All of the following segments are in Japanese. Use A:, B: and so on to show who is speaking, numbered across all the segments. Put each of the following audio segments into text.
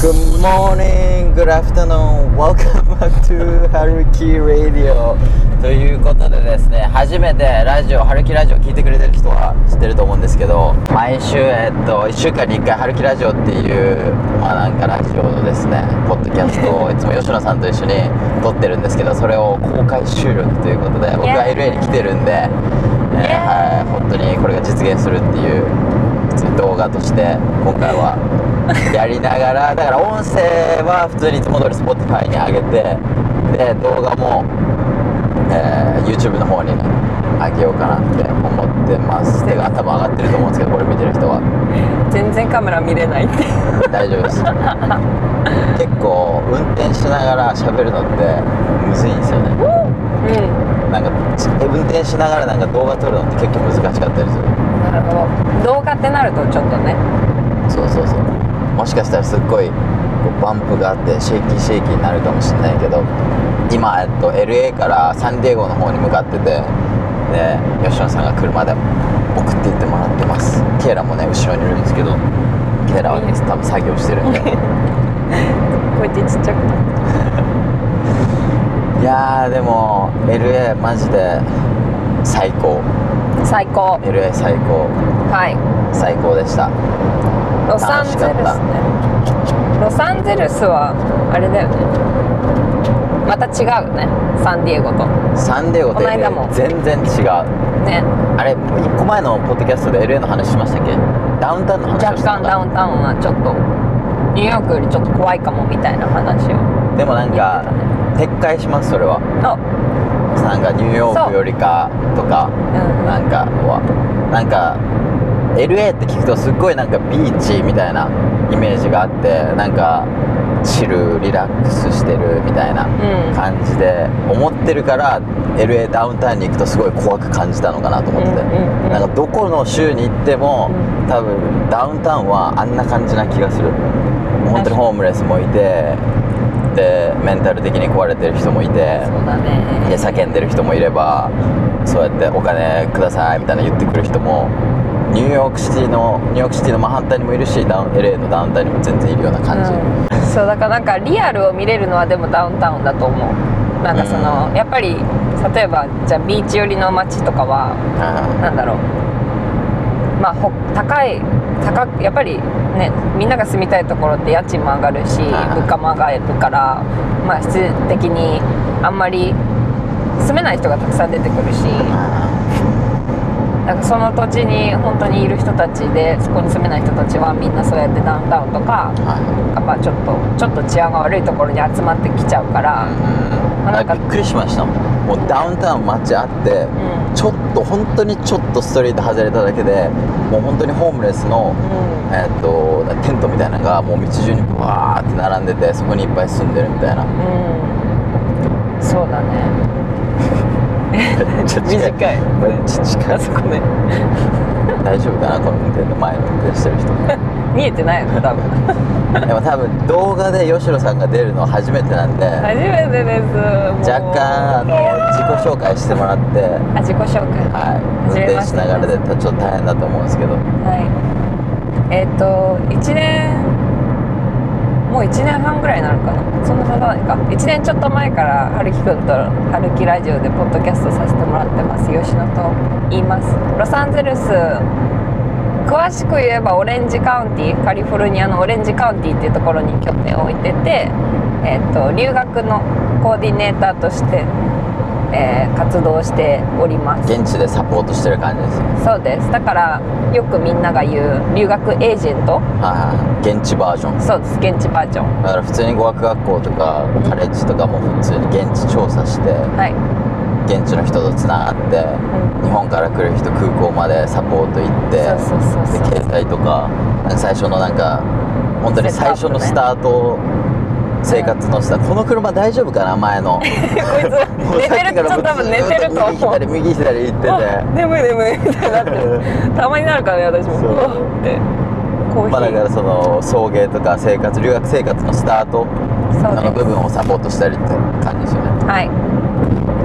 A: Good morning, good afternoon, welcome back to Haruki Radio ということでですね、初めてラジオ、ハルキラジオ聞いてくれてる人は知ってると思うんですけど、毎週、えっと、1週間に1回ハルキラジオっていう、まあなんかラジオのですね、ポッドキャストをいつも吉野さんと一緒に撮ってるんですけど、それを公開収録ということで、僕が LA に来てるんで、えーはい、本当にこれが実現するっていう普通に動画として今回はやりながらだから音声は普通にいつも通り Spotify に上げてで動画も、えー YouTube の方にね上げようかなって思ってます手が頭上がってると思うんですけどこれ見てる人は
B: 全然カメラ見れないって
A: 大丈夫です結構運転しながら喋るのってむずいんですよね
B: うん
A: なんか運転しながらなんか動画撮るのって結構難しかったりする
B: なるほど動画ってなるとちょっとね
A: そうそうそうもしかしたらすっごいこうバンプがあってシェイキーシェイキーになるかもしれないけど今、えっと、LA からサンディエゴの方に向かっててで吉野さんが車で送っていってもらってますケイラもね後ろにいるんですけどケイラはね多分作業し てるんで
B: こうやってちっちゃくなっ
A: いやーでも LA マジで最高
B: て最高
A: LA 最高
B: はい
A: 最高でした
B: ロサンゼルスねロサンゼルスはあれだよねまた違うねサンディエゴと
A: サンディエゴと
B: この間も
A: LA 全然違う
B: ね
A: あれ1個前のポッドキャストで LA の話しましたっけダウンタウンの話を
B: 若
A: した
B: 干ダウンタウンはちょっとニューヨークよりちょっと怖いかもみたいな話を
A: ンでもなんか
B: 言って
A: 撤回しますそれは
B: あ
A: なんかニューヨークよりかとか
B: うん
A: なんかはなんか LA って聞くとすっごいなんかビーチみたいなイメージがあってなんかチルリラックスしてるみたいな
B: うん
A: 感じで思ってるから LA ダウンタウンに行くとすごい怖く感じたのかなと思ってて、
B: うんうんうん
A: なんかどこの州に行っても、
B: う
A: 多分ダウンタウンはあんな感じな気がする本当にホームレスもいてでメンタル的に壊れてる人もいて
B: そうだね
A: で叫んでる人もいればそうやってお金くださいみたいな言ってくる人もニューヨークシティのニューヨークシティのマンハッタンにもいるしダウン LA のダウンタウンにも全然いるような感じ、
B: うん、そうだからなんかリアルを見れるのはでもダウンタウンだと思うなんかその、やっぱり例えばじゃあビーチ寄りの街とかは
A: う
B: なんだろうまあほ高い高くやっぱりねみんなが住みたいところって家賃も上がるし
A: はい
B: 物価も上がるからまあ質的にあんまり住めない人がたくさん出てくるしなんかその土地に本当にいる人たちでそこに住めない人たちはみんなそうやってダウンタウンとか
A: んはい
B: やっぱちょっとちょっと治安が悪いところに集まってきちゃうから、
A: うん
B: なんか
A: びっくりしましたもんもうダウンタウン街あっ
B: う
A: て
B: ん
A: ちょっと本当にちょっとストリート外れただけでもう本当にホームレスの、
B: う
A: えっとテントみたいなのがもう道中にバーって並んでてそこにいっぱい住んでるみたいな
B: ん、そうだね
A: め っちゃ近い
B: 短い
A: めっちゃ近い
B: そこね
A: 大丈夫かなこの運転の前の運転して る人
B: 見えてないの多分
A: でも多分動画で吉野さんが出るの初めてなんで
B: 初めてですもう
A: 若干あの自己紹介してもらって
B: あ自己紹介
A: はい運
B: 初め
A: 転
B: まし
A: してながらでちょっと大変だと思うんですけど
B: はいえっ、と1年もう1年半ぐらいになるかなそんなことないか1年ちょっと前からはるきくんとはるきラジオでポッドキャストさせてもらってます吉野と言いますロサンゼルス詳しく言えばオレンジカウンティカリフォルニアのオレンジカウンティっていうところに拠点を置いてて、えっと留学のコーディネーターとして、えー活動しております
A: 現地でサポートしてる感じです
B: そうですだからよくみんなが言う留学エージェント
A: はい現地バージョン
B: そうです現地バージョン
A: だから普通に語学学校とかカレッジとかも普通に現地調査して
B: はい、
A: 現地の人とつながって
B: う
A: 日本から来る人空港までサポート行って
B: ん、そうそうそうそう
A: で携帯とかなんか最初のなんか本当に最初のスタート生活のスタートこの車大丈夫かな前 の
B: こいつ
A: もう
B: 寝
A: さ
B: て
A: っき
B: ると多分寝てると思う
A: からずっと右左右左行って
B: あ眠い眠いみたいになってるたまになるからね私も
A: そう
B: うわってコー
A: て
B: ヒ
A: まあだか
B: ー
A: らその送迎とか生活留学生活のスタート
B: そう
A: あの
B: で
A: 部分をサポートしたりって感じですよね
B: すはい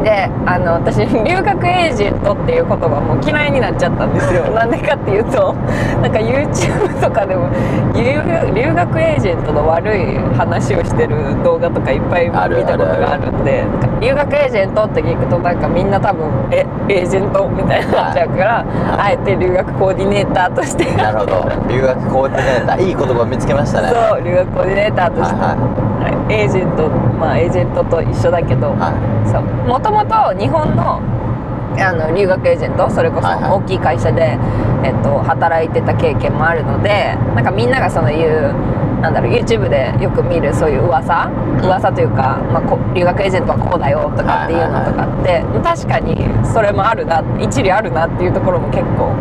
B: であの私留学エージェントっていう言葉もう嫌いになっちゃったんですよ なんでかっていうとなんか YouTube とかでも留学留学エージェントの悪い話をしてる動画とかいっぱい見
A: ある
B: たことがあるんでなんか留学エージェントって聞くとなんかみんな多分えエージェントみたいになっちゃうからあえて留学コーディネーターとして
A: なるほど留学コーディネーターいい言葉見つけましたねは
B: そう留学コーディネーター
A: い
B: として、
A: は
B: はいエージェントまあエージェントと一緒だけど、
A: いは
B: そうもともと日本のあの留学エージェントそれこそ
A: はいはい
B: 大きい会社で、えっと、働いてた経験もあるのでなんかみんながその言うなんだろう YouTube でよく見るそういう噂噂というか、まあ、こ留学エージェントはこうだよとかっていうのとかって、確かにそれもあるな一理あるなっていうところも結構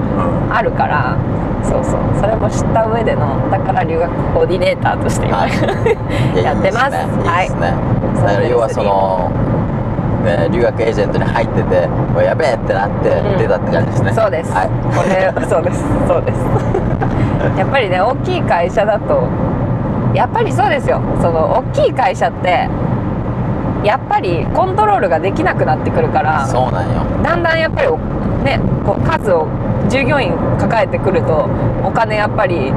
B: あるからそうそうそれも知った上でのだから留学コーディネーターとして今、
A: はいい
B: やってます
A: いいですね
B: そ
A: いいですね、
B: う
A: だから要は
B: です
A: その、ね、留学エージェントに入っててもうやべえってなって
B: うん
A: 出たって感じですね、
B: そうです、
A: はい
B: これそうですそうですやっぱりね大きい会社だとやっぱりそうですよその大きい会社ってやっぱりコントロールができなくなってくるから
A: そうなんよ
B: だんだんやっぱりおねこう数を従業員抱えてくるとお金やっぱり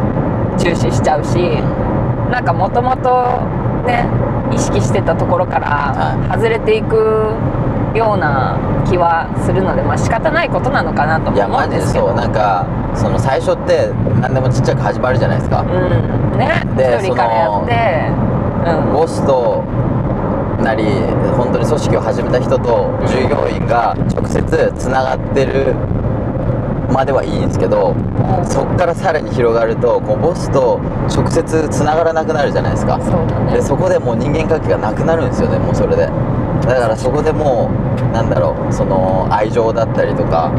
B: 重視しちゃうしなんかもともとね意識してたところか
A: は
B: ら外れていくような気はするのでまあ仕方ないことなのかなと
A: いや
B: も思う
A: マ
B: ん
A: ジ
B: で
A: です
B: けど
A: そうなんかその最初って何でもちっちゃく始まるじゃないですか、
B: うんね
A: で
B: 一人からやって
A: ボスとなり本当に組織を始めた人と
B: うん
A: 従業員が直接つながってるまではいいんですけ
B: う
A: ど
B: ん
A: そっからさらに広がるとこうボスと直接つながらなくなるじゃないですか
B: そうだね
A: でそこでもう人間関係がなくなるんですよねもうそれでだからそこでもうなんだろうその愛情だったりとか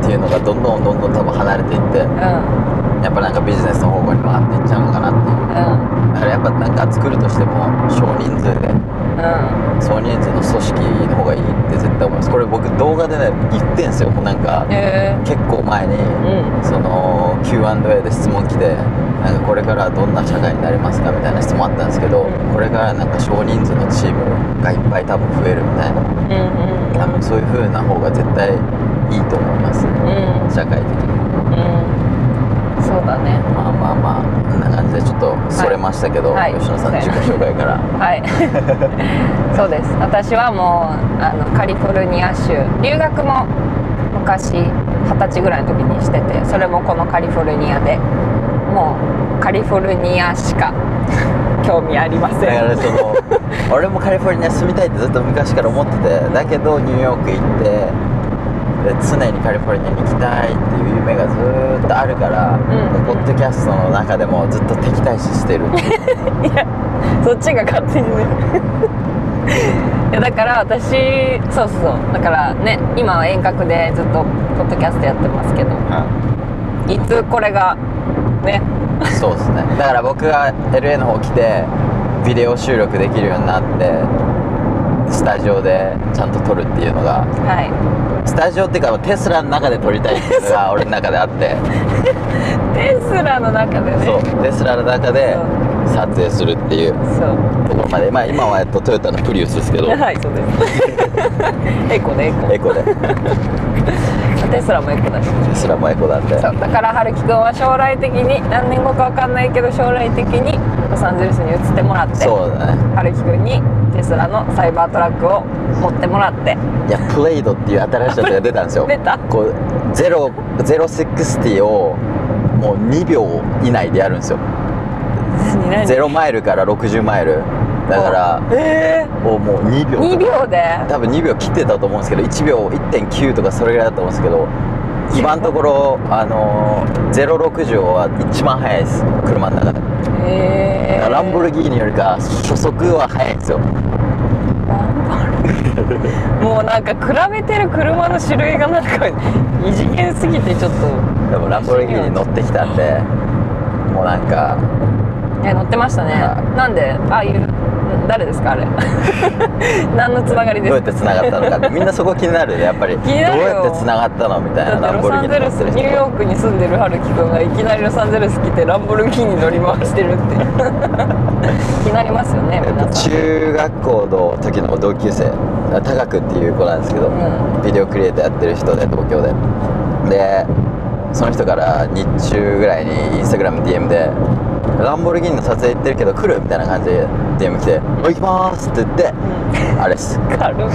A: っていうのがどんどんどんどん多分離れていって
B: うん
A: やっぱなんかビジネスの方向に回っていっちゃうのかなっていう
B: うん
A: だからやっぱなんか作るとしても少人数で
B: うん
A: 少人数の組織の方がいいって絶対思いますこれ僕動画でね言ってんすよもうなんか
B: え
A: 結構前
B: ー
A: に
B: うん
A: その Q&A で質問来てなんかこれからどんな社会になりますかみたいな質問あったんですけどこれからなんか少人数のチームがいっぱい多分増えるみたいな
B: うんうん
A: 多分そういう風な方が絶対いいと思います
B: うん
A: 社会的に
B: うんそうだね
A: まあまあまあこんな感じでちょっとそれましたけど、
B: はいはい
A: 吉野さんの自己紹介から
B: はい そうです私はもうあのカリフォルニア州留学も昔二十歳ぐらいの時にしててそれもこのカリフォルニアでもうカリフォルニアしか興味ありませ
A: だか
B: ん
A: らその俺もカリフォルニア住みたいってずっと昔から思っててだけどニューヨーク行ってで常にカリフォルニアに行きたいっていう夢がずーっとあるから、
B: ん
A: ポッドキャストの中でもずっと敵対視してる
B: いやそっちが勝手にね いやだから私そうそうそうだからね今は遠隔でずっとポッドキャストやってますけどいつこれがね
A: そうですねだから僕が LA の方来てビデオ収録できるようになってスタジオでちゃんと撮るっていうのが
B: はい
A: スタジオっていうかテスラの中で撮りたいっていうのが俺の中であって
B: テスラの中でね
A: そうテスラの中で撮影するっていう
B: そう
A: ところまで、まあ、今はえっとトヨタのプリウスですけど
B: はいそうです エコねエコ
A: エコで
B: テスラもエコだし
A: テスラもエコなんで
B: そうだから春樹くんは将来的に何年後かわかんないけど将来的にロサンゼルスに移ってもらって
A: そうだね
B: 春樹くんにテスラのサイバートラックを持ってもらって
A: いやプレイドっていう新しいやつが出たんですよ
B: 出た
A: こう0 060をもう2秒以内でやるんですよ
B: 何何
A: 0マイルから60マイルだから
B: えー
A: をもう2秒
B: 2秒で
A: 多分2秒切ってたと思うんですけど1秒1.9とかそれぐらいだと思うんですけど今のところあのー、060は一番速いです車の中で
B: えー、
A: ランボルギーニよりか初速は速いんですよ
B: ランボルギーニもうなんか比べてる車の種類がなんか異次元すぎてちょっと
A: でもランボルギーニ乗ってきたんでもうなんか
B: え乗ってましたね
A: はい
B: なんでああいう誰ですかあれ 何のつながりで
A: どうや
B: す
A: っ
B: か
A: て繋がったのかってみんなそこ気になるよねやっぱり
B: 気になるよ
A: どうやって繋がったのみたいな
B: だってロサンゼルス
A: ランボル
B: ニュー
A: ギーニ乗
B: ヨークに住んでる春樹くんがいきなりロサンゼルス来てランボルギーニ乗り回して るって気になりますよね
A: えっと
B: 皆さん
A: 中学校の時の同級生高くっていう子なんですけど、
B: うん
A: ビデオクリエイターやってる人で東京ででその人から日中ぐらいにインスタグラム DM で「ランボルギーニの撮影行ってるけど来る?」みたいな感じで DM 来て「お行きます」って言って「あれっす」
B: 軽 く行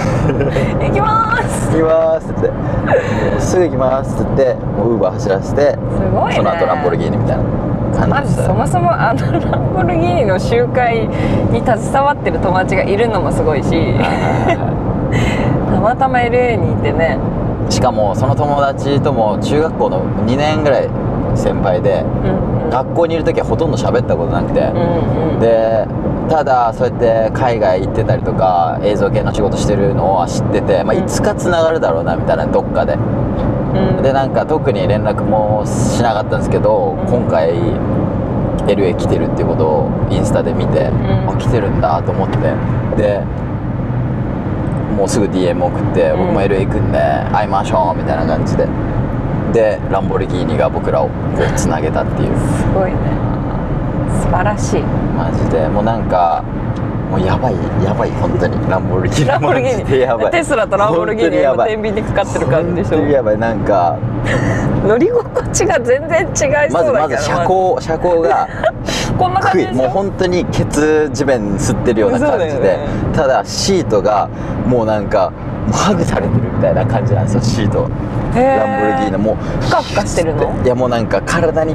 B: きまーす
A: 行きますって言って「すぐ行きます」って言ってもうウーバー走らせて
B: すごいね
A: その後ランボルギーニみたいな
B: ま
A: 感じ
B: ず
A: で
B: そもそもあのランボルギーニの集会に携わってる友達がいるのもすごい したまたま LA にいてね
A: しかもその友達とも中学校の2年ぐらい先輩で
B: うんうん
A: 学校にいる時はほとんど喋ったことなくて、
B: うんうん
A: でただそうやって海外行ってたりとか映像系の仕事してるのは知ってて、まあ、
B: うん
A: いつかつながるだろうなみたいなどっかで
B: うん
A: でなんか特に連絡もしなかったんですけど
B: うん
A: 今回 LA 来てるっていうことをインスタで見
B: ん
A: て、あ来てるんだと思ってでもうすぐ DM 送って、
B: うん
A: 僕も LA 行くんで会いましょうみたいな感じででランボルギーニが僕らをこうつなげたっていう
B: すごいね素晴らしい
A: マジでもうなんかもうやばいやばい本当にランボルギーニ
B: ランボルギ
A: マジでや
B: ー
A: ば
B: ニ
A: い
B: テスラとランボルギーニ
A: 本当
B: 今
A: に
B: 天秤に
A: やばい
B: かかってる感じでし
A: 本当に
B: ょ
A: やばいなんか
B: 乗り心地が全然違いそうだけど
A: まずまず車高車高が
B: こんな感
A: 低
B: じ
A: い
B: でし
A: もう
B: ょ
A: 本当にケツ地面吸ってるような感じ
B: そうだ
A: で、
B: よね
A: ただシートがもうなんかもうハグされてるみたいな感じなんですよシート
B: へー
A: ランボルギーニもう
B: ふかふかしてるの
A: いやもうなんか体に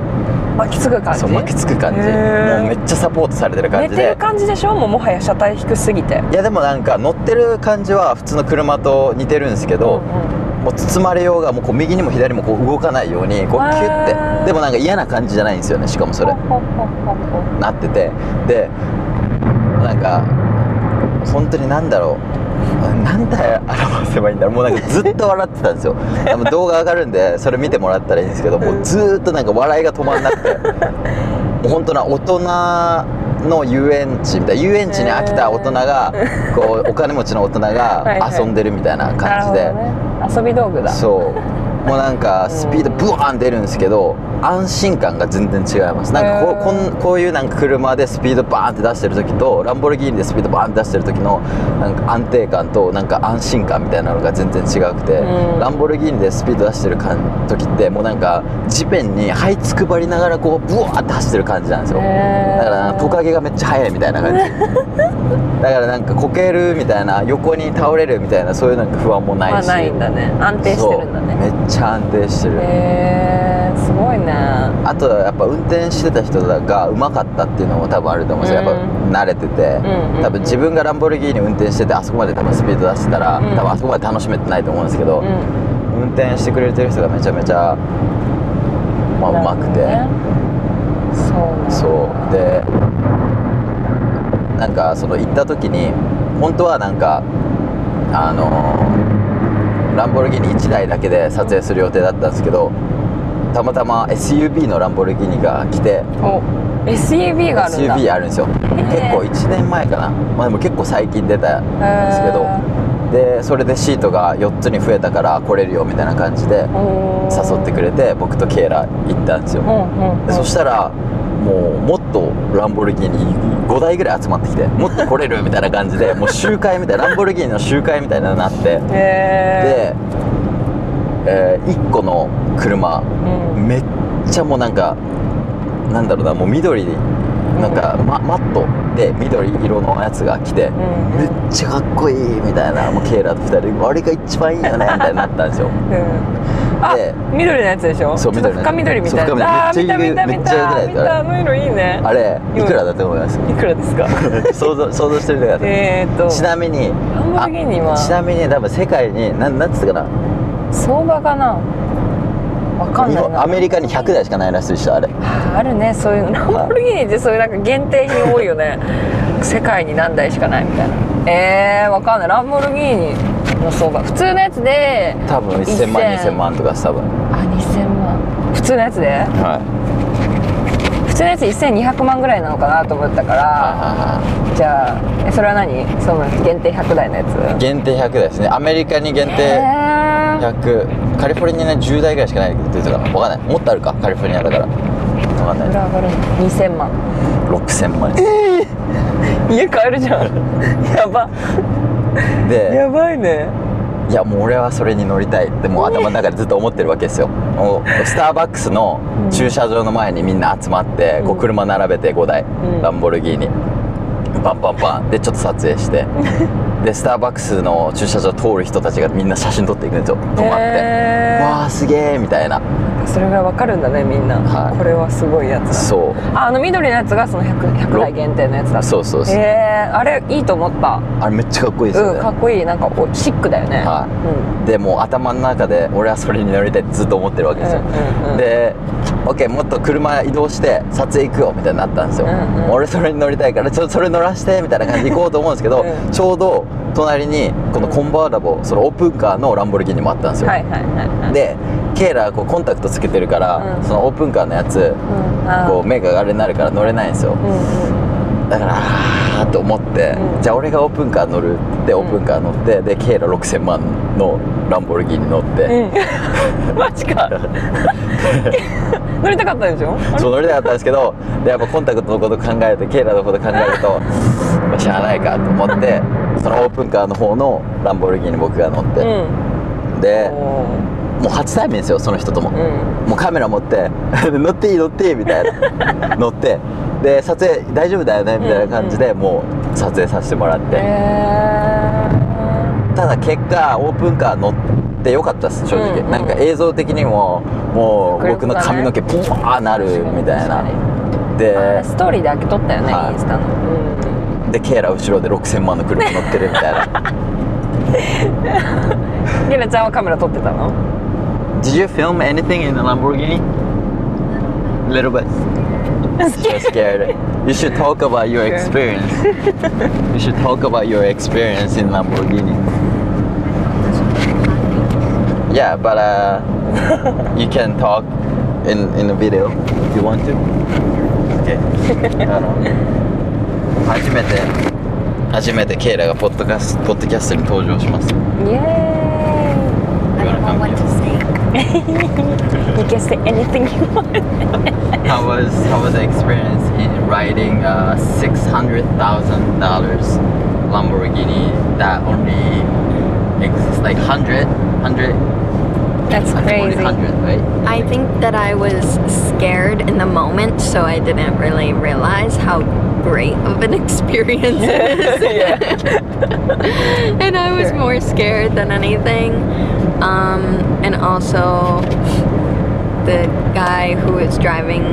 B: 巻きつく感じ
A: そう巻きつく感じ
B: へ
A: もう
B: ー
A: めっちゃサポートされてる感
B: 寝
A: じ
B: て
A: で
B: る感じでしょもうもはや車体低すぎて
A: いやでもなんか乗ってる感じは普通の車と似てるんですけど、
B: うん
A: もう包まれようがもうこう右にも左にもこう動かないようにこうキ
B: あー
A: ュッてでもなんか嫌な感じじゃないんですよねしかもそれ
B: ほほほほほ
A: なっててでなんか本当になんだろうなんて表せばいいんだろうもうなんかずっと笑ってた んですよあの動画上がるんでそれ見てもらったらいいんですけどもうずーっとなんか笑いが止まん なくてもう本当な大人の遊園地みたいな遊園地に飽きた大人がこうお金持ちの大人
B: はい
A: が
B: はい
A: 遊んでるみたいな
B: なる
A: 感
B: ほ
A: じで。
B: どね遊び道具だ
A: そうもうなんかスピードブワーン出るんですけど安心感が全然違いますなんかこ
B: へ
A: う
B: ー
A: こんこういうなんか車でスピードバーンって出してる時とランボルギーニでスピードバーンって出してる時のなんか安定感となんか安心感みたいなのが全然違くて
B: うん
A: ランボルギーニでスピード出してる感時ってもうなんか地面に這いつくばりながらこうブワーって走ってる感じなんですよ
B: へ
A: だか
B: ー
A: らトカゲがめっちゃ速いみたいな 感じだからなんかこけるみたいな横に倒れるみたいなそういうなんか不安もないし、
B: まあないんだね安定してるんだね
A: そうめっちゃ安定して
B: へ
A: る、
B: えー、すごいね
A: あとやっぱ運転してた人がうまかったっていうのも多分あると思うんですよ、
B: うん
A: やっぱ慣れてて、
B: んうん
A: 多分自分がランボルギーニ運転しててあそこまで多分スピード出してたら、
B: うん
A: 多分あそこまで楽しめてないと思うんですけど、
B: うん
A: 運転してくれてる人がめちゃめちゃまあうまくて、
B: なるほどねそう
A: そうでなんかその行った時に本当はなんかあのランボルギーニ1台だけで撮影する予定だったんですけどたまたま SUV のランボルギーニが来て
B: お SUV があるんだ
A: SUV あるんですよ結
B: へえ
A: 構1年前かなまあでも結構最近出たんですけどでそれでシートが4つに増えたから来れるよみたいな感じで誘って
B: く
A: くれて僕とケイラ行ったんですよ
B: うんうん
A: でそしたらもうもっとランボルギーニ5台ぐらい集まってきてもっと来れるみたいな感じでもう集会みたいなランボルギーニの集会みたいなのになって
B: てへ
A: で、え1個の車
B: えうん
A: めっちゃもうなんかなんだろうなもう緑なんか、ま、マットで緑色のやつが来て、
B: ん
A: めっちゃかっこいいみたいなもうケイラと2人であれが一番いいよねみたいになったんですよ
B: うんあ
A: で
B: 緑のやつでしょ
A: そう
B: ちょっと
A: 緑の
B: 深緑
A: やつ
B: みたい
A: そう
B: なあー
A: 深
B: 見た
A: 緑
B: 見た
A: め
B: 見
A: っちゃ
B: た
A: めっちゃ良くない
B: 見たあの色いいね
A: あれいくらだと思います
B: いくら ですか
A: 想像想像してみてください
B: えーっと
A: ちなみに
B: ランボルギーニは
A: あちなみに多分世界に何なんつったかな
B: 相場かなわかん
A: 日
B: ない
A: 本
B: な
A: アメリカに100台しかないらしいでしたあれ
B: ああるねそういうのランボルギーニってそういうなんか限定品多いよね世界に何台しかないみたいなえー、わかんないランボルギーニの相場普通のやつで
A: 多分1000万
B: 1000
A: 2000万とかです多分
B: あ2000万普通のやつで
A: は
B: 普普通のやつ1200万ぐらいなのかなと思ったか
A: はい
B: ら
A: はいは
B: じゃあえそれは何その限定100台のやつ
A: い限定100ですねアメリカに限
B: へ
A: 定
B: ー
A: 100カリフォルニアに10台ぐらいしかないって言ってたかなわかんないもっとあるかカリフォルニアだからわかん
B: いく
A: ない
B: ら上がるの2000万
A: 6000万
B: 家買えるじゃん やば
A: で
B: ばいね
A: いやもう俺はそれに乗りたいってもう頭の中でずっと思ってるわけですよもうスターバックスの駐車場の前にみんな集まってこう車並べて5台
B: うん
A: ランボルギーニパンパンパンでちょっと撮影してでスターバックスの駐車場通る人たちがみんな写真撮っていくんですよ止まって
B: へー
A: わあすげえみたいな
B: それぐらいわかるんだねみんな、
A: はい
B: これはすごいやつだ
A: そう
B: ああの緑のやつがその 100, 100台限定のやつだった
A: そうそうそう、
B: えー、あれいいと思った
A: あれめっちゃかっこいいですよ
B: う
A: ね
B: んかっこいいなんかおシックだよね
A: は
B: うん
A: でもう頭の中で俺はそれに乗りたいってずっと思ってるわけですよ、
B: うんうんうん
A: で OK もっと車移動して撮影行くよみたいになったんですよ、
B: うんうん
A: 俺それに乗りたいからちょそれ乗らしてみたいな感じで行こうと思うんですけど、
B: うん
A: ちょうど隣にこのコンバーラボそのオープンカーのランボルギーニもあったんですよ、
B: はいはいはいはい
A: でケイラこうコンタクトつけてるから、
B: うん
A: そのオープンカーのやつ
B: うんあー
A: こう目があれになるから乗れないんですよ
B: うんうん
A: だからあーと思って、
B: うん
A: じゃあ俺がオープンカー乗るってオープンカー乗って、でケイラ6000万のランボルギーニ乗って、
B: うん マジか乗りたかったでしょ
A: そう乗りたかったんですけどでやっぱコンタクトのこと考えてケイラのこと考えるとまあしゃあないかと思ってそのオープンカーの方のランボルギーニ僕が乗っ
B: う
A: て、
B: ん
A: で
B: おー
A: もう初対面ですよその人とも、
B: うん
A: もうカメラ持って 「乗っていい乗っていい」みたい な乗ってで撮影大丈夫だよねみたいな感じで、もう撮影させてもらって、
B: えー
A: ただ結果オープンカー乗ってよかったです正直、
B: うんうん
A: なんか映像的にももう僕の髪の毛ポワーなるみたいな
B: 確か
A: で
B: あれストーリーで開けとったよね、
A: はい
B: インスタの、うん
A: でケイラ後ろで6000万の車乗ってるみたい な
B: ゲラちゃんはカメラ撮ってたの
A: Did you film anything in the Lamborghini? Little bit. So scared. You should talk about your
B: Sure.
A: experience. you should talk about your experience in Lamborghini. Yeah, but uh, you can talk in in a video if you want to. Okay. あの初めて初めてケイラがポッドキャスポッドキャストに登場します。
B: イエー
C: I don't know what to say.
B: y You can say anything you want
A: How was how was the experience in riding a six hundred thousand dollars Lamborghini that only exists like hundred hundred
B: That's crazy
A: hundred right?
C: I think that I was scared in the moment, so I didn't really realize how great of an experience it is. and I was
B: Sure.
C: more scared than anything. Um, and also, the guy who was driving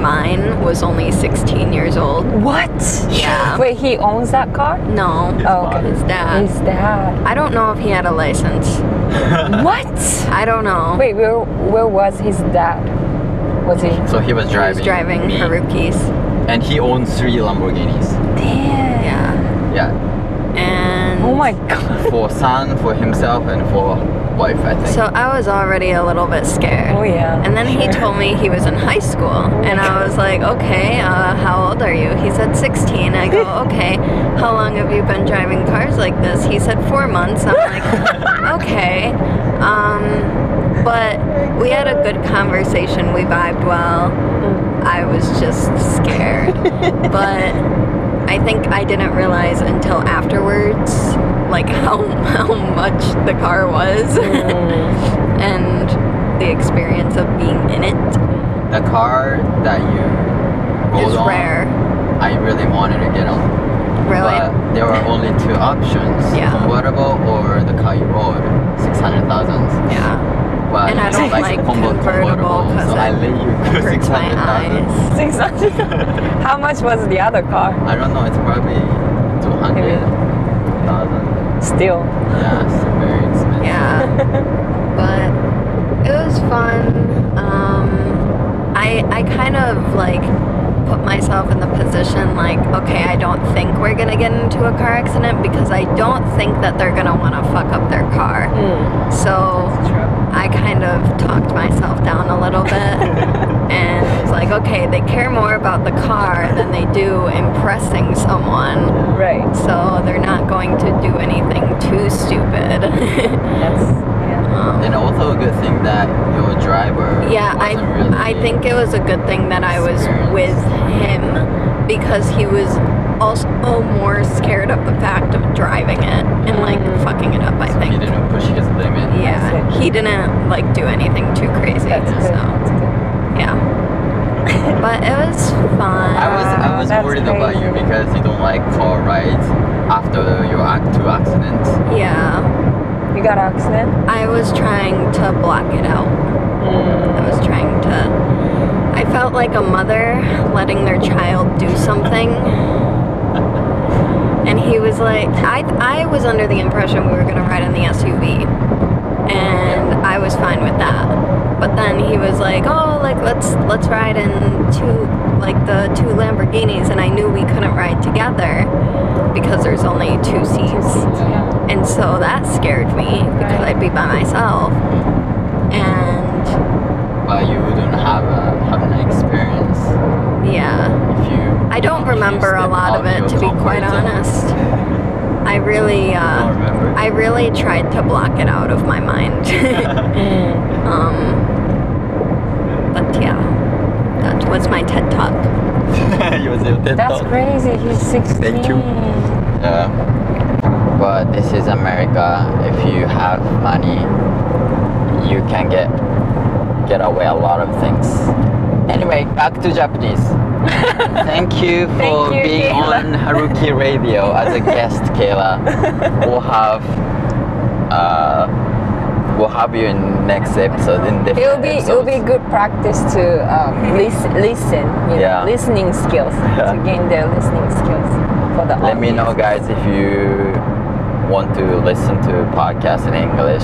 C: mine was only 16 years old.
B: What?
C: Yeah.
B: Wait, he owns that car?
C: No,
B: Oh, okay.
C: his dad.
B: His dad.
C: I don't know if he had a license.
B: What?
C: I don't know.
B: Wait, where where was his dad? Was he?
A: So he was
C: he was
A: driving.
C: driving
A: me,
C: Haruki's.
A: and he owns three Lamborghinis.
B: Damn.
C: Yeah.
A: Yeah,
C: And
B: Oh my god.
A: for son, for himself, and for wife. I think.
C: So I was already a little bit scared.
B: Oh yeah.
C: And then he told me he was in high school, and I was like, okay, uh, how old are you? He said 16. I go, okay, how long have you been driving cars like this? He said four months. I'm like, okay. Um, but we had a good conversation. We vibed well. I was just scared. but I think I didn't realize until afterwards, like how, how much the car was
B: Mm.
C: and the experience of being in it
A: the car that you
C: is
A: rolled on,
C: rare.
A: I really wanted to get on.
C: Really?
A: But there were only two options:
C: Yeah.
A: convertible or the car you rode, six hundred thousand.
C: yeah.
A: But
C: And I
A: you
C: don't
A: like,
C: like
A: the combo
C: convertible 'cause
A: so I
C: it
A: let you go
C: Hurts
A: six
C: my
A: hundred thousand.
C: eyes.
B: Six hundred. How much was the other car?
A: I don't know. It's probably two hundred thousand.
B: Still.
A: Yeah, it's very expensive.
C: Yeah. but it was fun. Um, I I kind of like put myself in the position like, okay, I don't think we're gonna get into a car accident because I don't think that they're gonna wanna fuck up their car.
B: Mm.
C: So I kind of talked myself down a little bit and was like, like, okay, they care more about the car than they do impressing someone.
B: Right.
C: So they're not going to do anything too stupid.
B: That's yeah.
C: um,
A: And also a good thing that your driver.
C: yeah, I
A: wasn't really
C: I think it was a good thing that I was with him because he was also more scared of the fact of driving it and like
B: Mm.
C: fucking it up. I
A: so he
C: think.
A: didn't push his limit.
C: Yeah, he didn't like do anything too crazy.
B: That's good.
C: so
B: That's good.
C: yeah, but it was fun.
A: I was I was
B: That's
A: worried about you
B: crazy.
A: because you don't like car rides after your ac- two accidents.
C: yeah,
B: You got an accident?
C: I was trying to block it out. I was trying to. I felt like a mother letting their child do something. And he was like, I, I was under the impression we were going to ride in the SUV. And I was fine with that. But then he was like, oh, like let's let's ride in two like the two Lamborghinis and I knew we couldn't ride together because there's only two seats.
B: Yeah.
C: And so that scared me because
B: Right.
C: I'd be by myself. And
A: But you wouldn't have a, have an experience
C: Yeah.
A: if you.
C: I don't
A: if you
C: remember a
A: step
C: lot
A: out
C: of it,
A: your
C: to be quite
A: comfort zone.
C: honest. I really,
A: Don't
C: uh,
A: remember.
C: I really tried to block it out of my mind.
B: Mm.
C: um, but yeah, that was my TED talk.
A: you was in TED
B: That's
A: Talk.
B: crazy. He's 16.
A: Thank you. Yeah. But this is America. If you have money, you can get get away a lot of things. Anyway, back to Japanese. Thank you for
B: Thank you,
A: being
B: Kayla.
A: on Haruki Radio as a guest, Kayla. We'll have uh, we'll have you in next episode in different
B: It will be it will be
A: episodes.
B: good practice to um, listen, listen you
A: Yeah.
B: know, listening skills
A: Yeah.
B: to gain their listening skills for the
A: Let me know, guys, if you want to listen to podcast in English.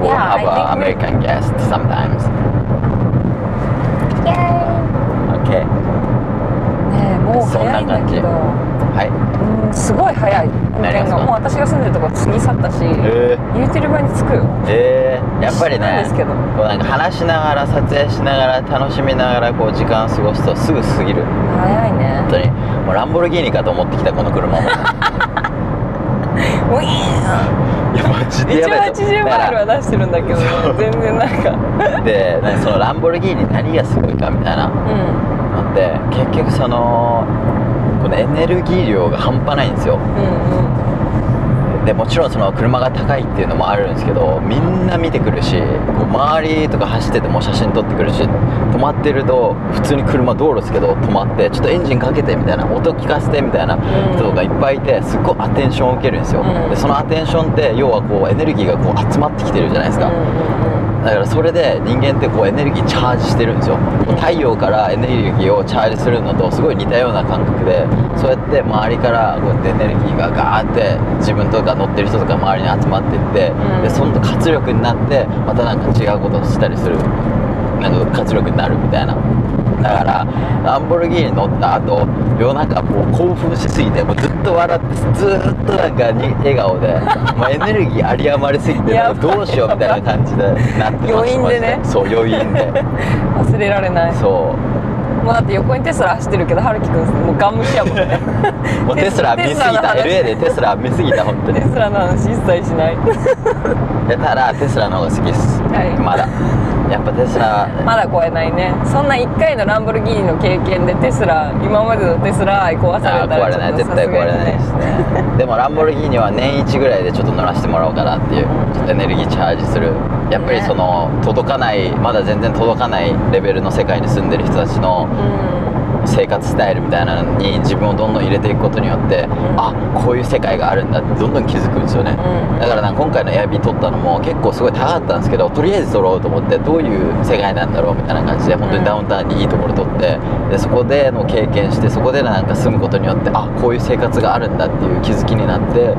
A: We'll
B: Yeah, I
A: have
B: think
A: an
B: we-
A: American guest sometimes.
B: audience. Yay!
A: Okay.
B: ねえもう
A: そん
B: 早
A: ない
B: んだ
A: 感じ
B: けど、
A: はい。
B: うん、すごい早い運
A: なり
B: 転
A: ます
B: が
A: か
B: もう私が住んでるとこ過ぎ去ったし、
A: え
B: 言うてる場に着くよ
A: ー、えー、やっぱり
B: なん
A: ね
B: ですけど、
A: こうなんか話しながら撮影しながら楽しみながらこう時間を過ごすとすぐ過ぎる。
B: 早い
A: 本
B: ね
A: 当にもうランボルギーニかと思ってきたこの車も。いや
B: ウィーン
A: マジ
B: 一
A: でや
B: 応
A: ばいぞ。
B: 80マイル
A: だか
B: は出してるんだけど
A: そう
B: 全然なんから
A: で、なんかそのランボルギーニ何がすごいかみたいな。
B: うん
A: なんで結局そのこのエネルギー量が半端ないんですよ
B: うん
A: でもちろんその車が高いっていうのもあるんですけどみんな見てくるしこう周りとか走ってても写真撮ってくるし止まってると普通に車道路ですけど止まってちょっとエンジンかけてみたいな音聞かせてみたいな
B: うん
A: 人がいっぱいいてすっごいアテンションを受けるんですよ
B: うん
A: でそのアテンションって要はこうエネルギーがこう集まってきてるじゃないです
B: うん
A: か
B: うんうん
A: だからそれで人間ってこうエネルギーチャージしてるんですよ太陽からエネルギーをチャージするのとすごい似たような感覚でそうやって周りからこうやってエネルギーがガーって自分とか乗ってる人とか周りに集まってって、
B: うん
A: でその活力になってまたなんか違うことをしたりするなんか活力になるみたいなだからランボルギーニ乗った後夜中もう興奮しすぎてもうずっと笑ってずーっとなんかに笑顔でもうエネルギー有り余りすぎて
B: やばい
A: どうしようみたいな感じでなってました
B: 余韻でね
A: マジそう余韻 で
B: 忘れられない
A: そう
B: もうだって横にテスラ走ってるけど春樹くんもうガン無視やもんね
A: もうテスラ見すぎ
B: テスラ
A: た
B: の話
A: LA でテスラ見すぎた本 当に
B: テスラの話一切しない
A: やたらテスラの方が好きです、
B: はい
A: まだやっぱテスラ
B: まだ超えないねそんな1回のランボルギーニの経験でテスラ今までのテスラ愛壊され
A: あー
B: た
A: 壊
B: ら
A: れない
B: ちょっ
A: 絶
B: とさす
A: 対壊
B: が
A: れ
B: に
A: ないですねでもランボルギーニは年一ぐらいでちょっと乗らせてもらおうかなっていうちょっとエネルギーチャージするやっぱり
B: ね
A: その届かないまだ全然届かないレベルの世界に住んでる人たちの生活スタイルみたいなのに自分をどんどん入れていくことによってあこういう世界があるんだってどんどん気づくんですよね
B: うん
A: だからなんか今回のエアビー取ったのも結構すごい高かったんですけどとりあえず取ろうと思ってどういう世界なんだろうみたいな感じで本当にダウンタウンにいいところ取ってでそこでの経験してそこでなんか住むことによってあこういう生活があるんだっていう気づきになって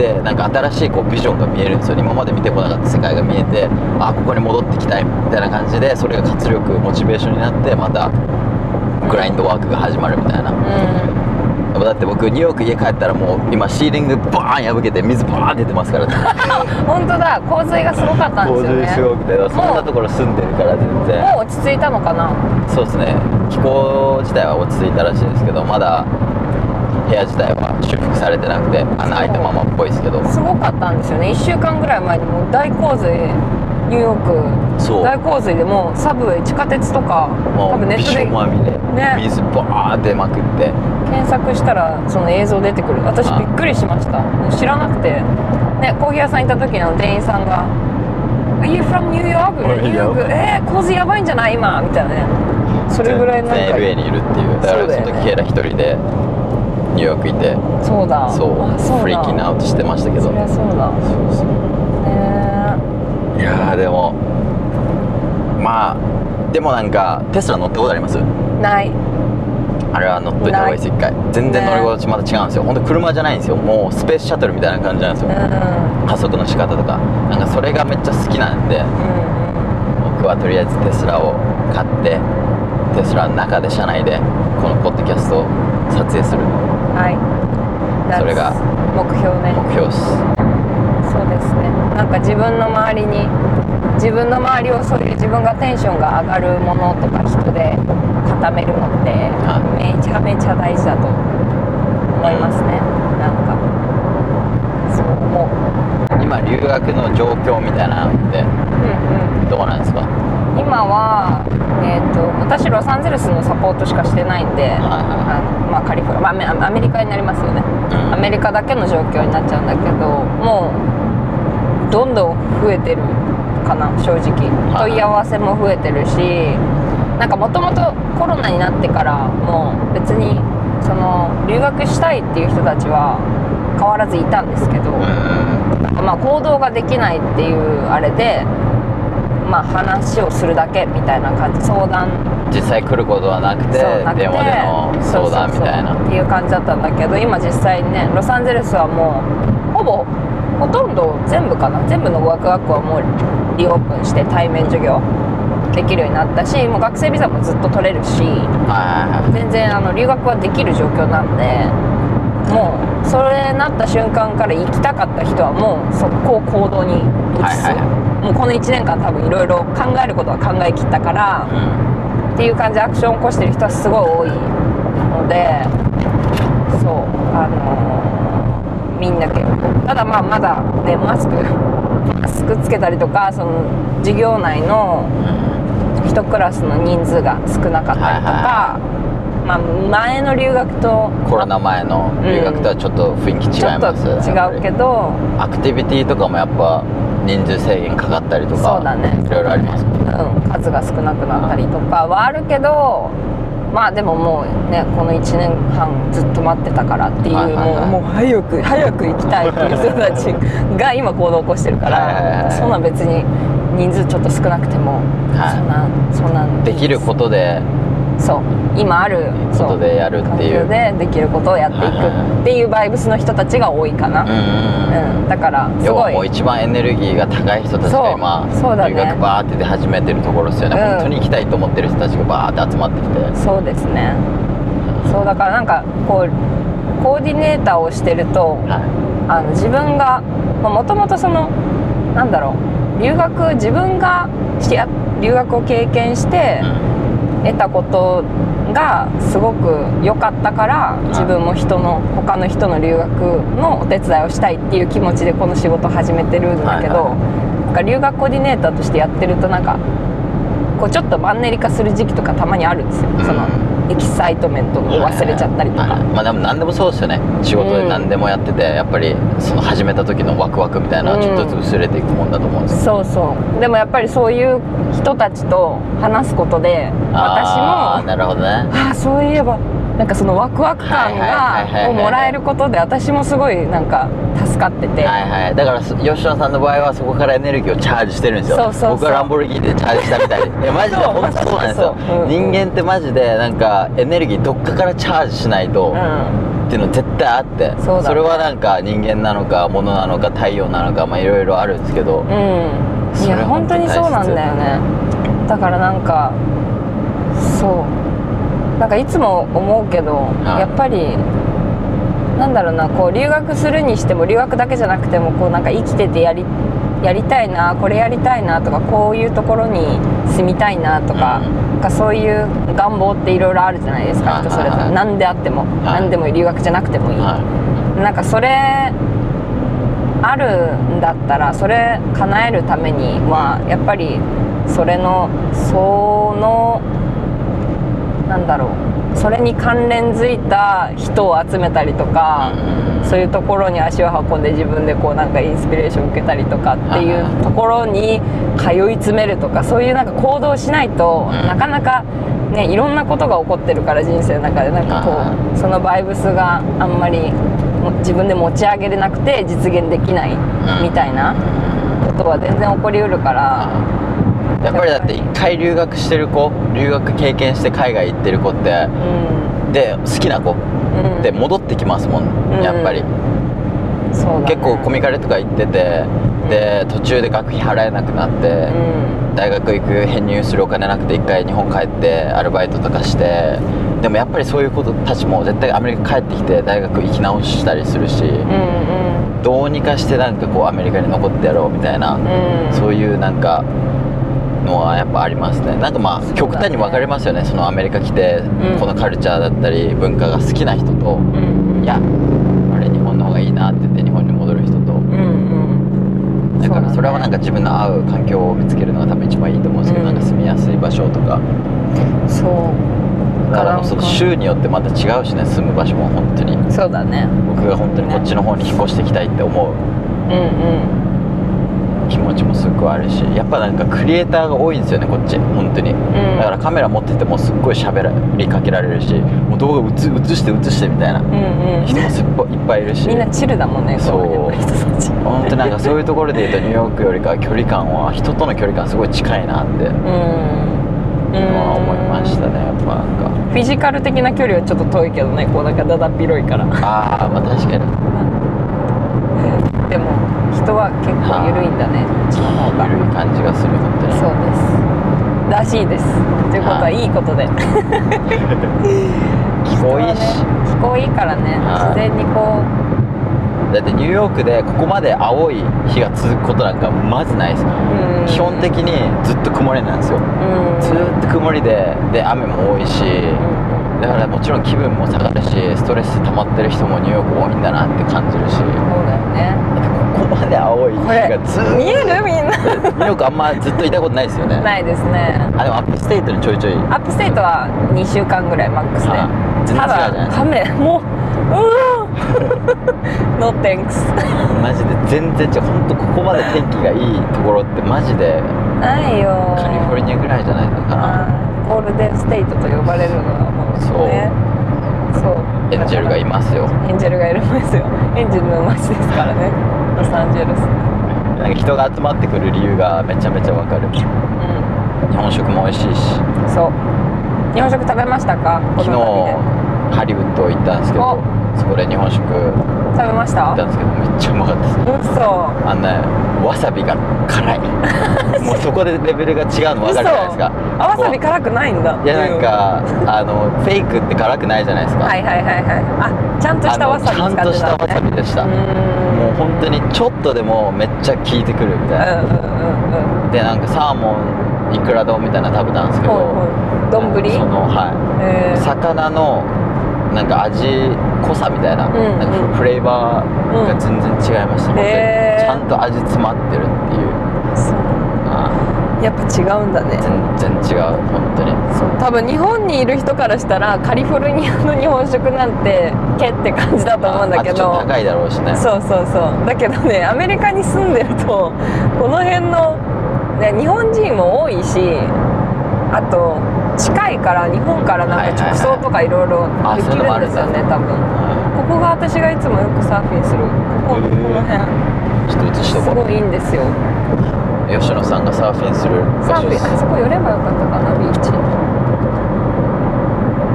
A: でなんか新しいこうビジョンが見えるんですよね今まで見てこなかった世界が見えてあここに戻ってきたいみたいな感じでそれが活力モチベーションになってまたグラインドワークが始まるみたいな
B: うんうん
A: ももうだって僕ニューヨーク家帰ったらもう今シーリングバーン破けて水バーン出てますからね
B: 本当だ洪水がすごかったん
A: 洪
B: ですよね
A: 水すごくてそんなところ住んでるから全然
B: もう落ち着いたのかな
A: そうですね気候自体は落ち着いたらしいですけどまだ部屋自体は修復されてなくて穴開いたままっぽいですけど
B: すごかったんですよね1週間ぐらい前にもう大洪水ニューヨーク
A: そう
B: 大洪水でもうサブウェイ地下鉄とか
A: も
B: 多分ネ
A: うび
B: ット
A: しょ
B: で
A: まみれ、
B: ね
A: 水バーン出まくって
B: 検索したらその映像出てくる私
A: あ
B: びっくりしました知らなくて、ね、コーヒー屋さん行った時の店員さんが「Are you from New York?
A: おい
B: ニューヨークえー、洪水やばいんじゃない今」みたいなねそれぐらいなんか
A: 全然 LA にいるっていうだか
B: そう
A: ら
B: だ
A: そ
B: よ
A: の
B: ね
A: 時ケイラ一人でニューヨークいて
B: そうだ
A: そう
B: あそうだ
A: フリーキンアウトしてましたけど
B: そりゃそうだ
A: そうそう
B: ね
A: いやーでもまあでもなんかテスラ乗ったことあります
B: ーない
A: あれは乗っといた方がいいです一回全然乗り心地また違うんですよ本当車じゃないんですよもうスペースシャトルみたいな感じなんです
B: う
A: よ
B: んうん
A: 加速の仕方とかなんかそれがめっちゃ好きなんで僕はとりあえずテスラを買ってテスラの中で車内でこのポッドキャストを撮影する
B: うんはい
A: それが
B: That's 目標ね
A: 目標っす
B: そうですねなんか自分の周りに自分の周りをそういう自分がテンションが上がるものとか人で固めるのって
A: はい
B: めちゃめちゃ大事だと思いますねなんかそう思う
A: 今留学の状況みたいなのっ
B: う
A: て
B: んうん
A: どうなんですかは
B: 今は、えー、と私ロサンゼルスのサポートしかしてないんで、
A: いは
B: あのまあ、カリフォルニア、まあアメ、アメリカになりますよね、
A: うん
B: アメリカだけの状況になっちゃうんだけどもうどんどん増えてるかな正直
A: はい
B: 問い合わせも増えてるしなんかもともとコロナになってからもう別にその留学したいっていう人たちは変わらずいたんですけど、
A: いうん
B: まあ、行動ができないっていうあれで、まあ、話をするだけみたいな感じ相談
A: 実際来ることはなくて
B: そうなくて
A: 電話での
B: そうそう
A: 相
B: そう
A: 談みたいな
B: っていう感じだったんだけど今実際にねロサンゼルスはもうほぼほとんど全部かな全部の語学学校はもうリオープンして対面授業できるようになったしもう学生ビザもずっと取れるし
A: は
B: 全然あの留学はできる状況なんでもうそれなった瞬間から行きたかった人はもう速攻行動に移す、
A: はいはい
B: もうこの1年間多分いろいろ考えることは考えきったから。
A: いはいうん
B: っていう感じでアクションを起こしてる人はすごい多いのでそうあのーみんな結構ただまあまだねマスクマスクつけたりとかその授業内の一クラスの人数が少なかったりとか、まあ、前の留学と
A: コロナ前の留学とはちょっと雰囲気違
B: ちょ
A: い
B: っ
A: ますよねやっぱ
B: と違
A: り
B: うけど
A: アクティビティとかもやっぱ人数制限かかったりとか
B: そうだね
A: いろいろありますもんね
B: うん、数が少なくなったりとかはあるけどまあでももうねこの1年半ずっと待ってたからっていう
A: はいはいはい
B: もうもう早く早く行きたいっていう人たちが今行動を起こしてるか
A: はいはいは
B: ら
A: い
B: そんなん別に人数ちょっと少なくても
A: はい
B: そんなそんなん
A: できることで
B: そう今あるそう
A: ことでやるっていう
B: 環境でできることをやってい
A: はいはいは
B: くっていうバイブスの人たちが多いか
A: うんう
B: な、
A: ん
B: うん、だから
A: うん
B: す
A: 要
B: ご
A: はいもう一番エネルギーが高い人たち
B: そ
A: が
B: う
A: 今
B: そうだね
A: 留学バーって出始めてるところですよね、
B: うん
A: 本当に行きたいと思ってる人たちがバーって集まってきて
B: そうですねそうだからなんかこうコーディネーターをしてると
A: は
B: あの自分がもともとそのなんだろう留学自分がしや留学を経験して
A: い、うん
B: 得たことがすごく良かったから自分も人の他の人の留学のお手伝いをしたいっていう気持ちでこの仕事を始めてるんだけど、
A: はい
B: なんか留学コーディネーターとしてやってるとなんかこうちょっとマンネリ化する時期とかたまにあるんですよ、そのエキサイトメントを忘れちゃったりとか。
A: はいはいまあでも何でもそうですよね仕事で何でもやってて、やっぱりその始めた時のワクワクみたいなのはちょっとずつ薄れていくもんだと思うんですよ、
B: そうそうでもやっぱりそういう人たちと話すことで私も
A: ああ
B: あ
A: なるほどね
B: あそういえばなんかそのワクワク感
A: はいはいはいはいは
B: が
A: い
B: をもらえることで私もすごいなんか助かってて、
A: はいはい、だからそ吉野さんの場合はそこからエネルギーをチャージしてるんですよ
B: そうそうそう
A: 僕はランボルギーニでチャージしたみたいでいやマジで
B: そう
A: 本当そうなんですよ
B: そううん
A: 人間ってマジでなんかエネルギーどっかからチャージしない
B: う
A: と、
B: ん、
A: っていうの絶対あって
B: そうだね
A: れはなんか人間なのか物なのか太陽なのかまあいろいろあるんですけど、
B: うん、い
A: それ
B: や
A: は
B: 本
A: 本
B: 当
A: 当
B: に
A: に
B: そうなんだよねだからなんかそうなんかいつも思うけど、
A: はい
B: やっぱりなんだろうなこう留学するにしても留学だけじゃなくてもこうなんか生きててやりやりたいなこれやりたいなとかこういうところに住みたいなとか,、
A: うん
B: なんかそういう願望っていろいろあるじゃないですか人それぞ
A: はいはいは
B: れ
A: い
B: 何であっても、
A: はい
B: 何でもいい留学じゃなくてもいい、
A: は
B: なんかそれあるんだったらそれ叶えるためにはやっぱりそれのそのなんだろうそれに関連づいた人を集めたりとか、そういうところに足を運んで自分でこうなんかインスピレーション受けたりとかってい
A: はいは
B: うところに通い詰めるとかそういうなんか行動しないと
A: うん
B: なかなかねいろんなことが起こってるから人生の中でなんか
A: は
B: こうそのバイブスがあんまりも自分で持ち上げれなくて実現できないみたいなことは全然起こりうるから
A: いやっぱりだって一回留学してる子留学経験して海外行ってる子って
B: うん
A: で好きな子
B: うん
A: って戻ってきますもん、
B: うん
A: やっぱり
B: そうだね
A: 結構コミカルとか行っててで途中で学費払えなくなって
B: う、ん
A: 大学行く編入するお金なくて一回日本帰ってアルバイトとかしてでもやっぱりそういう子たちも絶対アメリカ帰ってきて大学行き直したりするし、
B: うん
A: どうにかしてなんかこうアメリカに残ってやろうみたいな、
B: うんうん
A: そういうなんかのはやっぱありますねなんかま
B: そうだ
A: あ
B: ね
A: 極端に分かれますよねそのアメリカ来て、
B: うん
A: このカルチャーだったり文化が好きな人と
B: うん
A: いやあれ日本の方がいいなって言って日本に戻る人と
B: うんうん
A: だか
B: そうだ
A: ら
B: ね
A: それはなんか自分の合う環境を見つけるのが多分一番いいと思うんですけど、
B: うん
A: なんか住みやすい場所とか
B: そう
A: だからもうその州によってまた違うしね住む場所も本当に
B: そうだね
A: 僕が本当にこっちの方に引っ越していきたいって思う
B: うん
A: 気持ちもすごくあるしやっぱなんかクリエイターが多いんですよねこっち本当にだ
B: うん
A: からカメラ持っててもすっごい喋りかけられるしもう動画映映して映してみたいな
B: うんうん
A: 人もすっごいいっ ぱいいるし
B: みんなチルだもんね
A: そう
B: こやっぱり人たち
A: 本当なんかそういうところで言うとニューヨークよりかは距離感は人との距離感すごい近いなって
B: うん
A: まあ思いました
B: フ
A: ねやっぱなんか
B: ィジカル的な距離はちょっと遠いけどねこうなんかだだっ広いから
A: ああまあ確かに
B: でも人は結構緩いんだねこっちの方が
A: 緩い感じがする本当に
B: そうですらしいですということは
A: はい
B: いいことで
A: 気候いいし
B: 人はね気候いいからね
A: は
B: 自
A: い
B: 然にこ
A: だってニューヨークでここまで青い日が続くことなんかまずないです
B: ううん
A: 基本的にずっと曇りなんですよ
B: うん
A: ずーっと曇りでで雨も多いしだからもちろん気分も下がるしストレス溜まってる人もニューヨーク多いんだなって感じるしだって
B: そうだよね
A: ここまで青い日
B: これ
A: がずーっと
B: 見えるみんな
A: ニューヨークあんまずっといたことないですよね
B: ないですね
A: あでもアップステートにちょいちょい
B: アップステートは2週間ぐらいマックスで
A: あ全然違う
B: た
A: じゃない
B: だカメもううわ No thanks
A: マジで全然違うほんとここまで天気がいいところってマジで
B: ないよ
A: カリフォルニアぐらいじゃないのかな
B: あーゴールデンステートと呼ばれるのがもう
A: そう
B: ねそう
A: エンジェルがいますよ
B: エンジェルがいるんですよエンジェルの街ですからねロサンゼルス
A: なんか人が集まってくる理由がめちゃめちゃわかる
B: う
A: 日本食も美味しいし
B: んそう日本食食べましたかこ
A: 昨日
B: の旅で
A: ハリウッド行ったんですけどそこで日本食行
B: 食べました
A: っ
B: う
A: たんですけどめっちゃうまかったです
B: そ
A: あのねわさびが 辛いもうそこでレベルが違うの分かるじゃないですか
B: あわさび辛くないんだ
A: いやなんかあのフェイクって辛くないじゃないですか
B: はいはいはいはいあちゃんとした
A: あ
B: わ
A: の
B: さび使ってた
A: ちゃんとしたわさびでした
B: う
A: も
B: ーん
A: う本当にちょっとでもめっちゃ効いてくるみ
B: う
A: たい
B: んうんうんうん
A: なでなんかサーモンいくら丼みたいなの食べたんですけど
B: ほうほう丼
A: そのはい
B: えー
A: 魚のなんか味濃さみたいな,、
B: うん
A: なんか
B: うん
A: フレーバーが全然違いました、
B: うん
A: 本当に
B: へー
A: ちゃんと味詰まってるっていう
B: そう
A: あ
B: やっぱ違うんだね
A: ー全然違う本当に
B: そう多分日本にいる人からしたらカリフォルニアの日本食なんてけって感じだと思うんだけ
A: あとちょっと
B: ど
A: 高いだろうしね
B: そうそうそうだけどねアメリカに住んでるとこの辺の、ね、日本人も多いしあと近いから日本からなんか直送とかいろいろ
A: はいはいはいあ
B: でき
A: そういうの
B: る
A: もあ
B: んで
A: るん
B: す
A: だ
B: よね多分ここが私がいつもよくサーフィンするここ
A: へ
B: こ
A: ー
B: の辺
A: ちょっと映しと
B: す
A: こ
B: ごいいいんですよ
A: う吉野さんがサーフィンする
B: サ
A: 場
B: ー
A: 所
B: フィ
A: で
B: ンあそこ寄ればよかったかなビーチ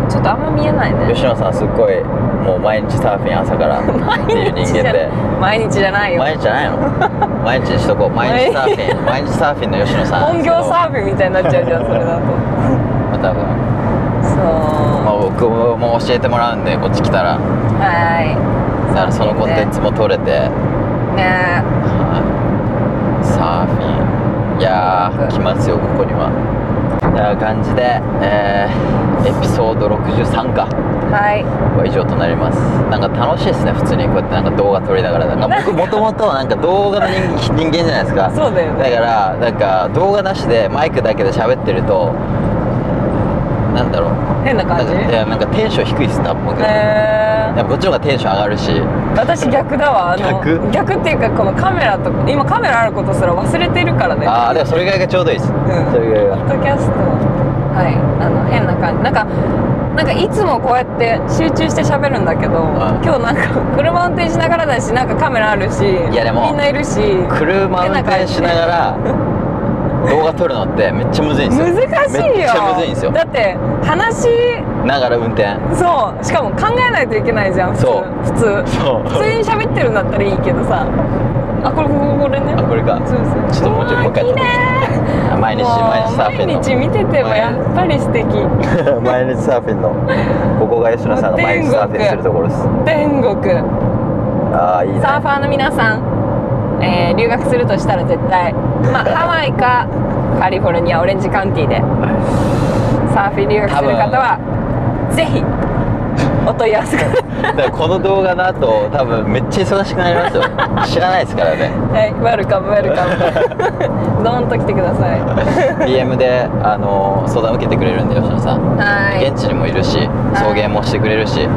B: ちょっとあんま見えないね
A: す吉野さんすっごいもう毎日サーフィン朝からっていう人間で
B: 毎日じゃないよ
A: 毎日じゃないの毎日にしとこう毎日サーフィン毎日サーフィンの吉野さん
B: 本業サーフィンみたいになっちゃうじゃんそれだと
A: ーフィン多分
B: そう
A: まあ、僕も教えてもらうんでこっち来たら
B: は
A: だからそのコンテンツも撮れて、
B: ね
A: はいサーフィンいやー来ますよここにはてな感じで、えーエピソード63か
B: はい
A: は以上となりますなんか楽しいですね普通にこうやってなんか動画撮りながらなんか僕もともとなんか動画の人間人間じゃないですか
B: そうだよね
A: だからなんか動画なしでマイクだけで喋ってるとなんだろう
B: 変な感じ
A: なんかい
B: へ
A: やなんかテンション低いっす多分僕、
B: え
A: いやこっちの方がテンション上がるし
B: 私逆だわあの
A: 逆
B: っていうかこのカメラとか今カメラあることすら忘れてるからね
A: ああでもそれぐらいがちょうどいいです、
B: ん
A: それぐらいが
B: ポッドキャストはいあの変な感じなんかなんかいつもこうやって集中して喋るんだけど
A: あ
B: 今日なんか車運転しながらだしなんかカメラあるし
A: やでも
B: みんないるし
A: 車運転しながら動画撮るのってめっちゃむずいんですよ
B: 難しいよ
A: めっちゃむずいんですよ
B: だって話
A: ながら運転
B: そうしかも考えないといけないじゃん普通
A: そう
B: 普通
A: そう
B: 普通に喋ってるんだったらいいけどさあこれこれこれね
A: あこれか
B: そうそう
A: ちょっともうちょいもう一回
B: わあ綺麗
A: あ毎日毎日サーフィンの
B: 毎日見ててもやっぱり素敵
A: 毎日サーフィンのここが吉野さんが毎日サーフィンするところです
B: 天国
A: ああいいね
B: サーファーの皆さん、えー留学するとしたら絶対、まあ、ハワイかカリフォルニアオレンジカウンティーでサーフィン留学する方はぜひお問い合わせくだ さ
A: だからこの動画の後多分めっちゃ忙しくなりますよ 知らないですからね
B: いウェルカムウェルカムどんと来てください
A: DM であの相談受けてくれるんで吉野さん
B: はい
A: 現地にもいるし送迎もしてくれるし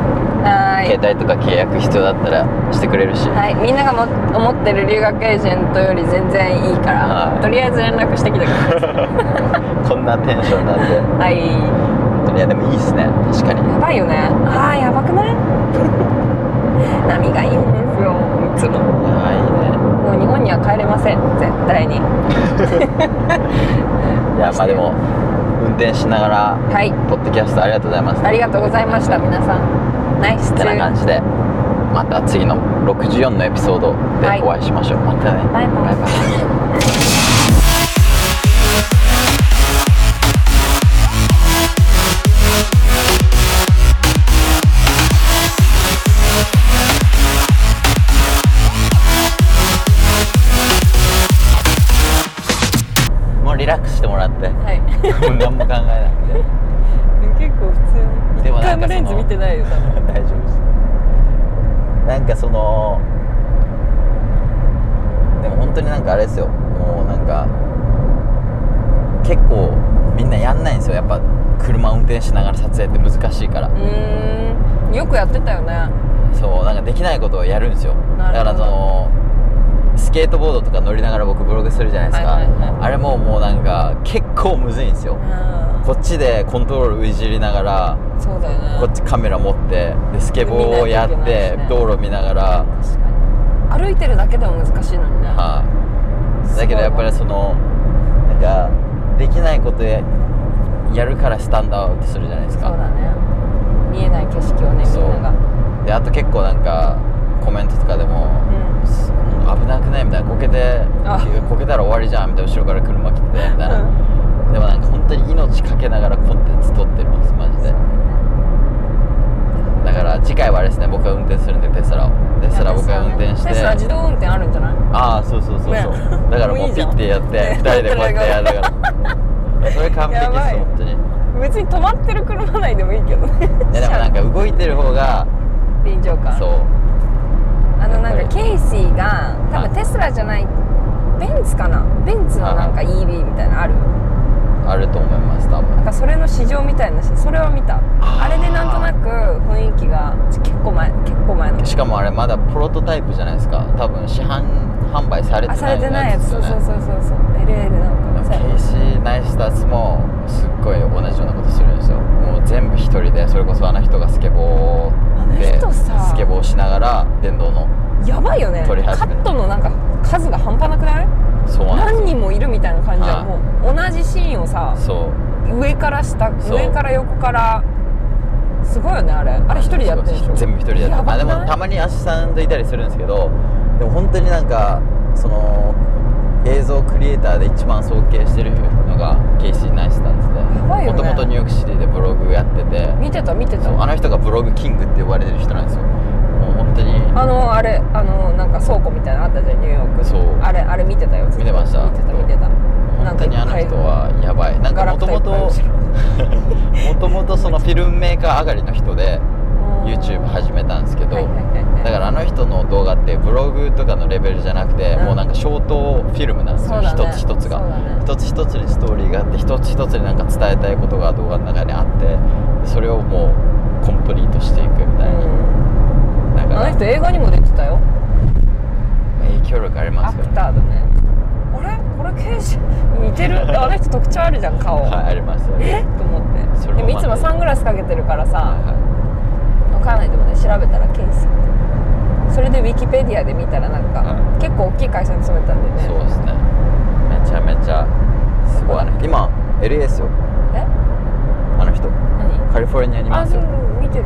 B: はい
A: 携帯とか契約必要だったらしてくれるし
B: はい、みんながも思ってる留学エージェントより全然いいから、
A: はい
B: とりあえず連絡してきてください
A: こんなテンションなんで
B: はい
A: 本当にいやでもいいっすね確かに
B: やばいよねあーやばくない 波がいいんですよいつも
A: あ
B: も
A: い
B: う日本には帰れません絶対に
A: いねいやまあでも運転しながら
B: はい
A: ポッドキャストありがとうございます
B: ありがとうございました皆さんナイス
A: てな感じでまた次の64のエピソード
B: は
A: で
B: い
A: お会いしましょう、またね
B: バイバイ
A: イもうリラックスしてもらって
B: はい
A: もう何も考えなくて
B: 結構普通
A: でもなんかその
B: ないよ多分
A: 大丈夫ですなんかそのでも本当になんかあれですよもうなんか結構みんなやんないんですよやっぱ車運転しながら撮影って難しいから、
B: うーんよくやってたよね
A: そうなんかできないことをやるんですよ
B: な
A: だ
B: るほど
A: からそのスケートボードとか乗りながら僕ブログするじゃないですか、
B: はいはいはい
A: あれももうなんか結構むずいんですよこっちでコントロールいじりながら
B: そうだよね
A: こっちカメラ持ってでスケボーをやっ
B: 見ないといけない
A: て
B: しね
A: 道路見ながら
B: 確かに歩いてるだけでも難しいのにね
A: はい、だけどやっぱりそのなんかできないことややるからスタンドアウトするじゃないです
B: そう
A: か
B: だね見えない景色をねみん
A: そう
B: なが
A: であと結構なんかコメントとかでも、
B: ん
A: す危なくないみたいなこけて
B: あ
A: こけたら終わりじゃんみたいな後ろから車来てみたいな、でもなんか本当に命かけながらコンテンツ撮ってますマジでだから次回はあれですね僕が運転するんでテスラをテスラ僕が運転して
B: テスラ自動運転あるんじゃない
A: ああそうそうそうそう、
B: ね
A: だから
B: もう
A: もう
B: いい
A: ピ
B: じゃん
A: ッてやって
B: ね
A: 2人でこうやってやるだからそれ完璧
B: や
A: で
B: ば
A: す
B: い
A: 本当に
B: 別に止まってる車内でもいいけどね
A: いやでもなんか動いてる方が
B: 臨場感
A: そう
B: あのなんかケイシーが多
A: はい
B: 分テスラじゃないベンツかなベンツのなんか
A: は
B: EV みたいなのある
A: あると思います
B: な
A: 多分
B: んかそれの市場みたいなしそれは見た
A: あー
B: あれでなんとなく雰囲気が結構前結構前の
A: しかもあれまだプロトタイプじゃないですか多分市販販売されて
B: あさ
A: な
B: れ
A: い
B: てないやつそう
A: です
B: そ
A: よ
B: う
A: ね
B: そうそうそう LA でなんか
A: ケイシー・ナイスタスもすっごい同じようなことするんですよもう全部一人でそれこそあの人がスケボー
B: あの
A: で
B: 人さ
A: スケボーしながら電動の
B: やばいよねカ
A: 撮り始め
B: ットのなんか数が半端なくない
A: そうなんです
B: 何人もいるみたいな感じ
A: は
B: だ
A: い
B: もう同じシーンをさ
A: そう
B: 上から下
A: そう
B: 上から横からすごいよねあれあれ一人でやってるでしょ
A: 全部一人でやって
B: や
A: る
B: ば
A: あ
B: く
A: で
B: ない
A: もたまにアシスタントいたりするんですけどでも本当になんかその映像クリエイターで一番尊敬してるのがケイシー・ナイスタン
B: ばい
A: ツで
B: よね
A: もともとニューヨークシティでブログやってて
B: 見てた見てた
A: そうあの人がブログキングって呼ばれてる人なんですよもう本当に
B: あのあれあのなんか倉庫みたいなのあったじゃんニューヨークの
A: そう
B: あれあれ見てたよずっと
A: 見てました
B: 見てた見てたな
A: 本
B: ん
A: 当
B: かいっ
A: にあ
B: ぱ
A: の
B: い
A: 人はやばいなんか
B: ガラ
A: も
B: ク
A: と
B: タい
A: も
B: っぱい
A: と もともとそのフィルムメーカー上がりの人で
B: あー
A: YouTube 始めたんですけど、
B: はいはいはいはい
A: だからあの人の動画ってブログとかのレベルじゃなくて、
B: うん
A: もうなんかショートフィルムなんです
B: そ
A: よ、
B: うだね
A: 一つ一つが、
B: そうだね
A: 一つ一つにストーリーがあって一つ一つになんか伝えたいことが動画の中にあってでそれをもうコンプリートしていくみたいに、
B: うん
A: だか
B: あの
A: ら
B: 人映画にも出てたよ
A: 影響力ありま
B: ア
A: すよ
B: ク
A: ね
B: ターだねあれこれ刑事似て るあの人特徴あるじゃん顔、
A: はいありますよ
B: え
A: ね
B: っと思って
A: それも
B: でもい
A: また
B: つもサングラスかけてるから
A: はい
B: さ
A: は
B: 分かんないでもね調べたら刑事さんそれでウィキペディアで見たらなんか、
A: は
B: 結構大きい会社に勤めたんで
A: い
B: ね
A: そうですねめちゃめちゃすごいね今 LA ですよ
B: え
A: あの人
B: 何
A: カリフォルニアにいま
B: あ、
A: す
B: そう
A: よ
B: 見てる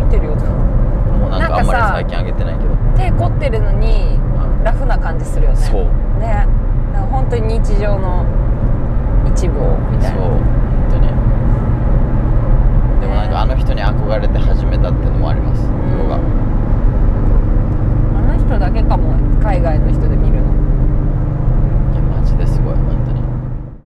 B: 見てるよ
A: もうなんかあんまり
B: なんかさ
A: 最近上げてないけど
B: 手凝ってるのに
A: うん
B: ラフな感じするよね
A: そう
B: ねなんか本当に日常の一部をみたい
A: そう
B: な
A: 本当にでもなんかあの